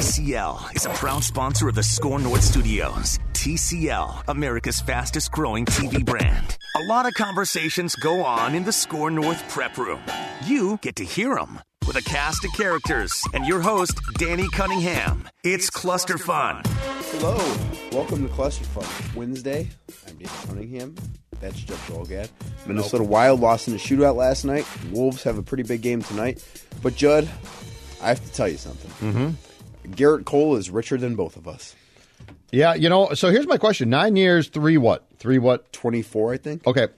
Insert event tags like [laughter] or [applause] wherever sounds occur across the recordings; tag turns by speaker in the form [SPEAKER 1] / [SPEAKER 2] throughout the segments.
[SPEAKER 1] TCL is a proud sponsor of the Score North Studios. TCL, America's fastest growing TV brand. A lot of conversations go on in the Score North prep room. You get to hear them with a cast of characters and your host, Danny Cunningham. It's Cluster Fun.
[SPEAKER 2] Hello, welcome to Cluster Fun Wednesday. I'm Dan Cunningham. That's Jeff Dolgad. Minnesota Wild lost in a shootout last night. Wolves have a pretty big game tonight. But Judd, I have to tell you something. Garrett Cole is richer than both of us.
[SPEAKER 3] Yeah, you know, so here's my question. Nine years, three what? Three what?
[SPEAKER 2] 24, I think.
[SPEAKER 3] Okay.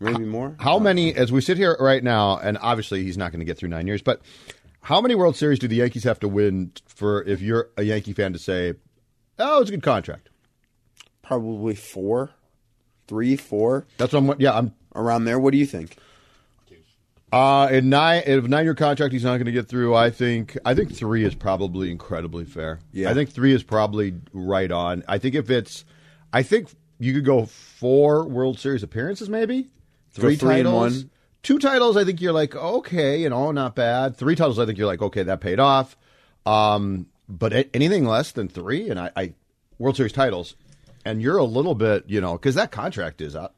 [SPEAKER 2] Maybe more.
[SPEAKER 3] How many, as we sit here right now, and obviously he's not going to get through nine years, but how many World Series do the Yankees have to win for if you're a Yankee fan to say, oh, it's a good contract?
[SPEAKER 2] Probably four, three, four,
[SPEAKER 3] That's what I'm, yeah, I'm,
[SPEAKER 2] around there. What do you think?
[SPEAKER 3] uh, in nine, in a nine year contract, he's not going to get through. I think, I think three is probably incredibly fair.
[SPEAKER 2] Yeah.
[SPEAKER 3] I think three is probably right on. I think if it's, I think you could go four World Series appearances maybe. three,
[SPEAKER 2] three and
[SPEAKER 3] titles.
[SPEAKER 2] one.
[SPEAKER 3] Two titles, I think you're like, okay, you know, not bad. Three titles, I think you're like, okay, that paid off. Um, but a- anything less than three, and I, I World Series titles, and you're a little bit, you know, because that contract is uh,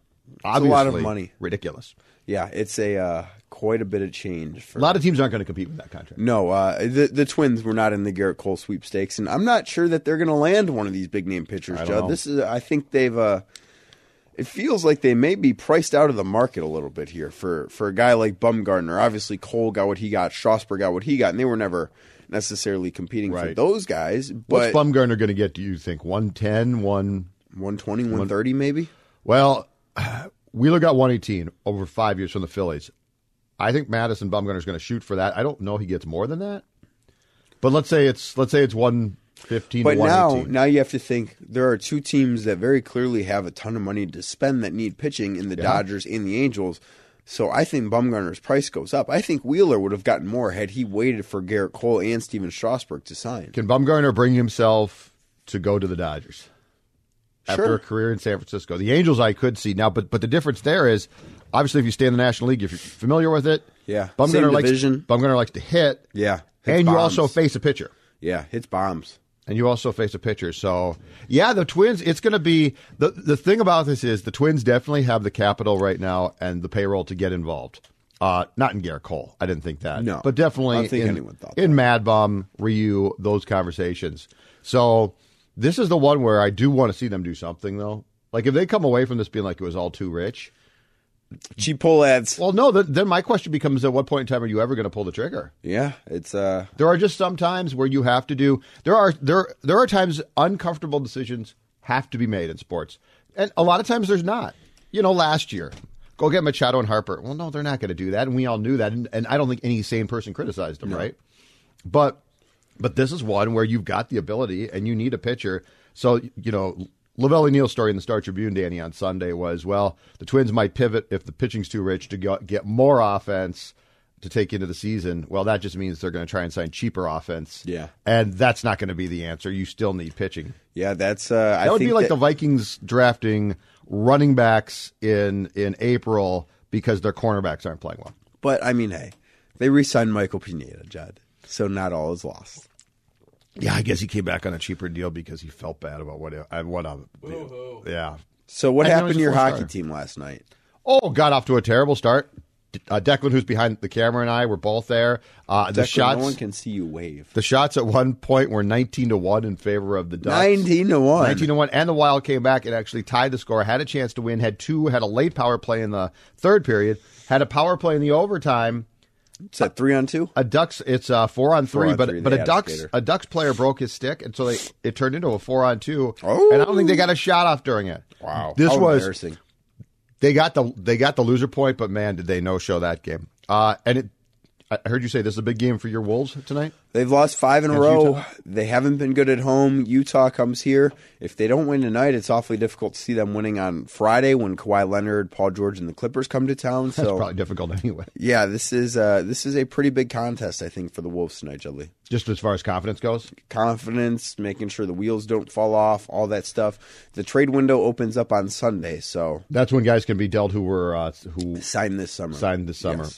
[SPEAKER 3] obviously
[SPEAKER 2] lot of money.
[SPEAKER 3] ridiculous.
[SPEAKER 2] Yeah, it's a uh, quite a bit of change for
[SPEAKER 3] A lot of teams aren't going to compete with that contract.
[SPEAKER 2] No, uh, the the Twins were not in the Garrett Cole sweepstakes, and I'm not sure that they're going to land one of these big name pitchers, Judd.
[SPEAKER 3] know.
[SPEAKER 2] This is, I think they've. Uh, it feels like they may be priced out of the market a little bit here for for a guy like Bumgarner. Obviously, Cole got what he got, Strasburg got what he got, and they were never necessarily competing for
[SPEAKER 3] Right.
[SPEAKER 2] those guys.
[SPEAKER 3] What's
[SPEAKER 2] But
[SPEAKER 3] Bumgarner going to get? Do you think 110, one?
[SPEAKER 2] 120, 130 maybe.
[SPEAKER 3] Well, [sighs] Wheeler got 118 over five years from the Phillies. I think Madison Bumgarner's going to shoot for that. I don't know he gets more than that, but let's say it's let's say it's 115
[SPEAKER 2] But
[SPEAKER 3] to
[SPEAKER 2] now,
[SPEAKER 3] 118.
[SPEAKER 2] now you have to think there are two teams that very clearly have a ton of money to spend that need pitching in the Dodgers and the Angels. So I think Bumgarner's price goes up. I think Wheeler would have gotten more had he waited for Garrett Cole and Steven Strasburg to sign.
[SPEAKER 3] Can Bumgarner bring himself to go to the Dodgers after
[SPEAKER 2] Sure.
[SPEAKER 3] a career in San Francisco? The Angels I could see now, but but the difference there is obviously if you stay in the National League, if you're familiar with it,
[SPEAKER 2] Yeah. Same
[SPEAKER 3] Bumgarner likes
[SPEAKER 2] division.
[SPEAKER 3] Bumgarner likes to hit,
[SPEAKER 2] Yeah, hits
[SPEAKER 3] and you
[SPEAKER 2] bombs.
[SPEAKER 3] also face a pitcher.
[SPEAKER 2] yeah hits bombs.
[SPEAKER 3] and you also face a pitcher. So, yeah, the Twins. It's going to be the the thing about this is the Twins definitely have the capital right now and the payroll to get involved. Uh, not in Garrett Cole, I didn't think that.
[SPEAKER 2] No.
[SPEAKER 3] but definitely
[SPEAKER 2] I don't think
[SPEAKER 3] in,
[SPEAKER 2] anyone thought
[SPEAKER 3] in Mad Bum, Ryu, those conversations. So this is the one where I do want to see them do something though. Like if they come away from this being like it was all too rich.
[SPEAKER 2] Cheap pull ads.
[SPEAKER 3] Well, no. Th- then my question becomes: At what point in time are you ever going to pull the trigger?
[SPEAKER 2] Yeah, it's uh
[SPEAKER 3] There are just some times where you have to do there are there there are times uncomfortable decisions have to be made in sports. And a lot of times there's not. You know, last year, go get Machado and Harper. Well, no, they're not going to do that and we all knew that and, and I don't think any sane person criticized them, right? But but this is one where you've got the ability and you need a pitcher. So, you know, Lavelli Neal's story in the Star Tribune, Danny, on Sunday was well, the Twins might pivot if the pitching's too rich to go, get more offense to take into the season. Well, that just means they're going to try and sign cheaper offense.
[SPEAKER 2] Yeah.
[SPEAKER 3] And that's not going to be the answer. You still need pitching.
[SPEAKER 2] yeah that's uh. I
[SPEAKER 3] That would
[SPEAKER 2] think
[SPEAKER 3] be like
[SPEAKER 2] that-
[SPEAKER 3] the Vikings drafting running backs in, in April because their cornerbacks aren't playing well.
[SPEAKER 2] But I mean, hey, they re-signed Michael Pineda, Judd. So not all is lost.
[SPEAKER 3] Yeah, I guess he came back on a cheaper deal because he felt bad about what I what I yeah.
[SPEAKER 2] So what
[SPEAKER 3] I know
[SPEAKER 2] happened
[SPEAKER 3] he's
[SPEAKER 2] to
[SPEAKER 3] a
[SPEAKER 2] your hockey
[SPEAKER 3] four-star.
[SPEAKER 2] team last night?
[SPEAKER 3] Oh, got off to a terrible start. D- Uh, Declan, who's behind the camera, and I were both there. Uh, the
[SPEAKER 2] Declan,
[SPEAKER 3] shots,
[SPEAKER 2] no one can see you wave.
[SPEAKER 3] the shots at one point were nineteen to one in favor of the Ducks.
[SPEAKER 2] 19 to 1.
[SPEAKER 3] 19 to 1 and the wild came back and actually tied the score had a chance to win had two had a late power play in the third period had a power play in the overtime
[SPEAKER 2] Is that three on two?
[SPEAKER 3] a ducks it's uh four on three
[SPEAKER 2] on
[SPEAKER 3] but
[SPEAKER 2] three,
[SPEAKER 3] but
[SPEAKER 2] they
[SPEAKER 3] a
[SPEAKER 2] had a
[SPEAKER 3] ducks
[SPEAKER 2] skater.
[SPEAKER 3] a ducks player broke his stick and so they it turned into a four on two
[SPEAKER 2] Oh.
[SPEAKER 3] and i don't think they got a shot off during it this
[SPEAKER 2] How
[SPEAKER 3] was
[SPEAKER 2] embarrassing.
[SPEAKER 3] they got the they got the loser point, but man, did they no show that game? Uh, and it, I heard you say this is a big game for your Wolves tonight.
[SPEAKER 2] They've lost five in a
[SPEAKER 3] Against
[SPEAKER 2] row.
[SPEAKER 3] Utah?
[SPEAKER 2] They haven't been good at home. Utah comes here. If they don't win tonight, it's awfully difficult to see them winning on Friday when Kawhi Leonard, Paul George, and the Clippers come to town.
[SPEAKER 3] That's
[SPEAKER 2] So
[SPEAKER 3] probably difficult [laughs] anyway,
[SPEAKER 2] yeah, this is uh, this is a pretty big contest, I think, for the Wolves tonight, Judley.
[SPEAKER 3] just as far as confidence goes.
[SPEAKER 2] Confidence, making sure the wheels don't fall off, all that stuff. The trade window opens up on Sunday, so
[SPEAKER 3] That's when guys can be dealt who were uh, who
[SPEAKER 2] sign this summer.
[SPEAKER 3] Sign this summer.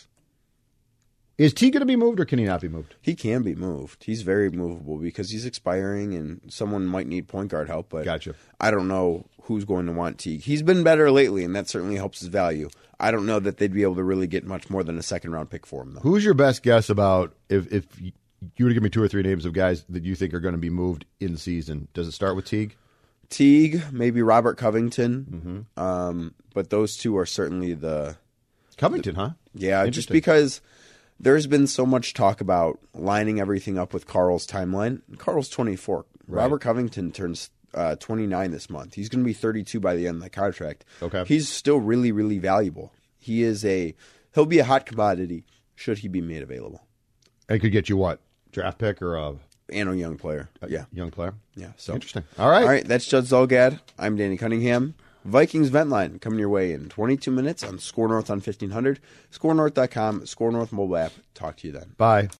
[SPEAKER 3] Is T going to be moved or can he not be moved?
[SPEAKER 2] He can be moved. He's very movable because he's expiring and someone might need point guard help. But
[SPEAKER 3] Gotcha.
[SPEAKER 2] I don't know who's going to want Teague. He's been better lately, and that certainly helps his value. I don't know that they'd be able to really get much more than a second round pick for him, though.
[SPEAKER 3] Who's your best guess about if if you were to give me two or three names of guys that you think are going to be moved in season? Does it start with Teague?
[SPEAKER 2] Teague, maybe Robert Covington, um, but those two are certainly the
[SPEAKER 3] Covington, huh?
[SPEAKER 2] Yeah, just
[SPEAKER 3] Interesting.
[SPEAKER 2] because there's been so much talk about lining everything up with Carl's timeline. Carl's 24. Robert Covington turns uh, 29 this month. He's going to be 32 by the end of the contract.
[SPEAKER 3] Okay.
[SPEAKER 2] He's still really, really valuable. He is a he'll be a hot commodity should he be made available
[SPEAKER 3] it could get you what draft pick or a
[SPEAKER 2] and a young player. Yeah,
[SPEAKER 3] young player.
[SPEAKER 2] yeah. So
[SPEAKER 3] Interesting. All right.
[SPEAKER 2] All right, that's Judd Zolgad. I'm Danny Cunningham. Vikings Vent Line coming your way in 22 minutes on Score North on 1500, scorenorth.com, Score North mobile app. Talk to you then.
[SPEAKER 3] Bye.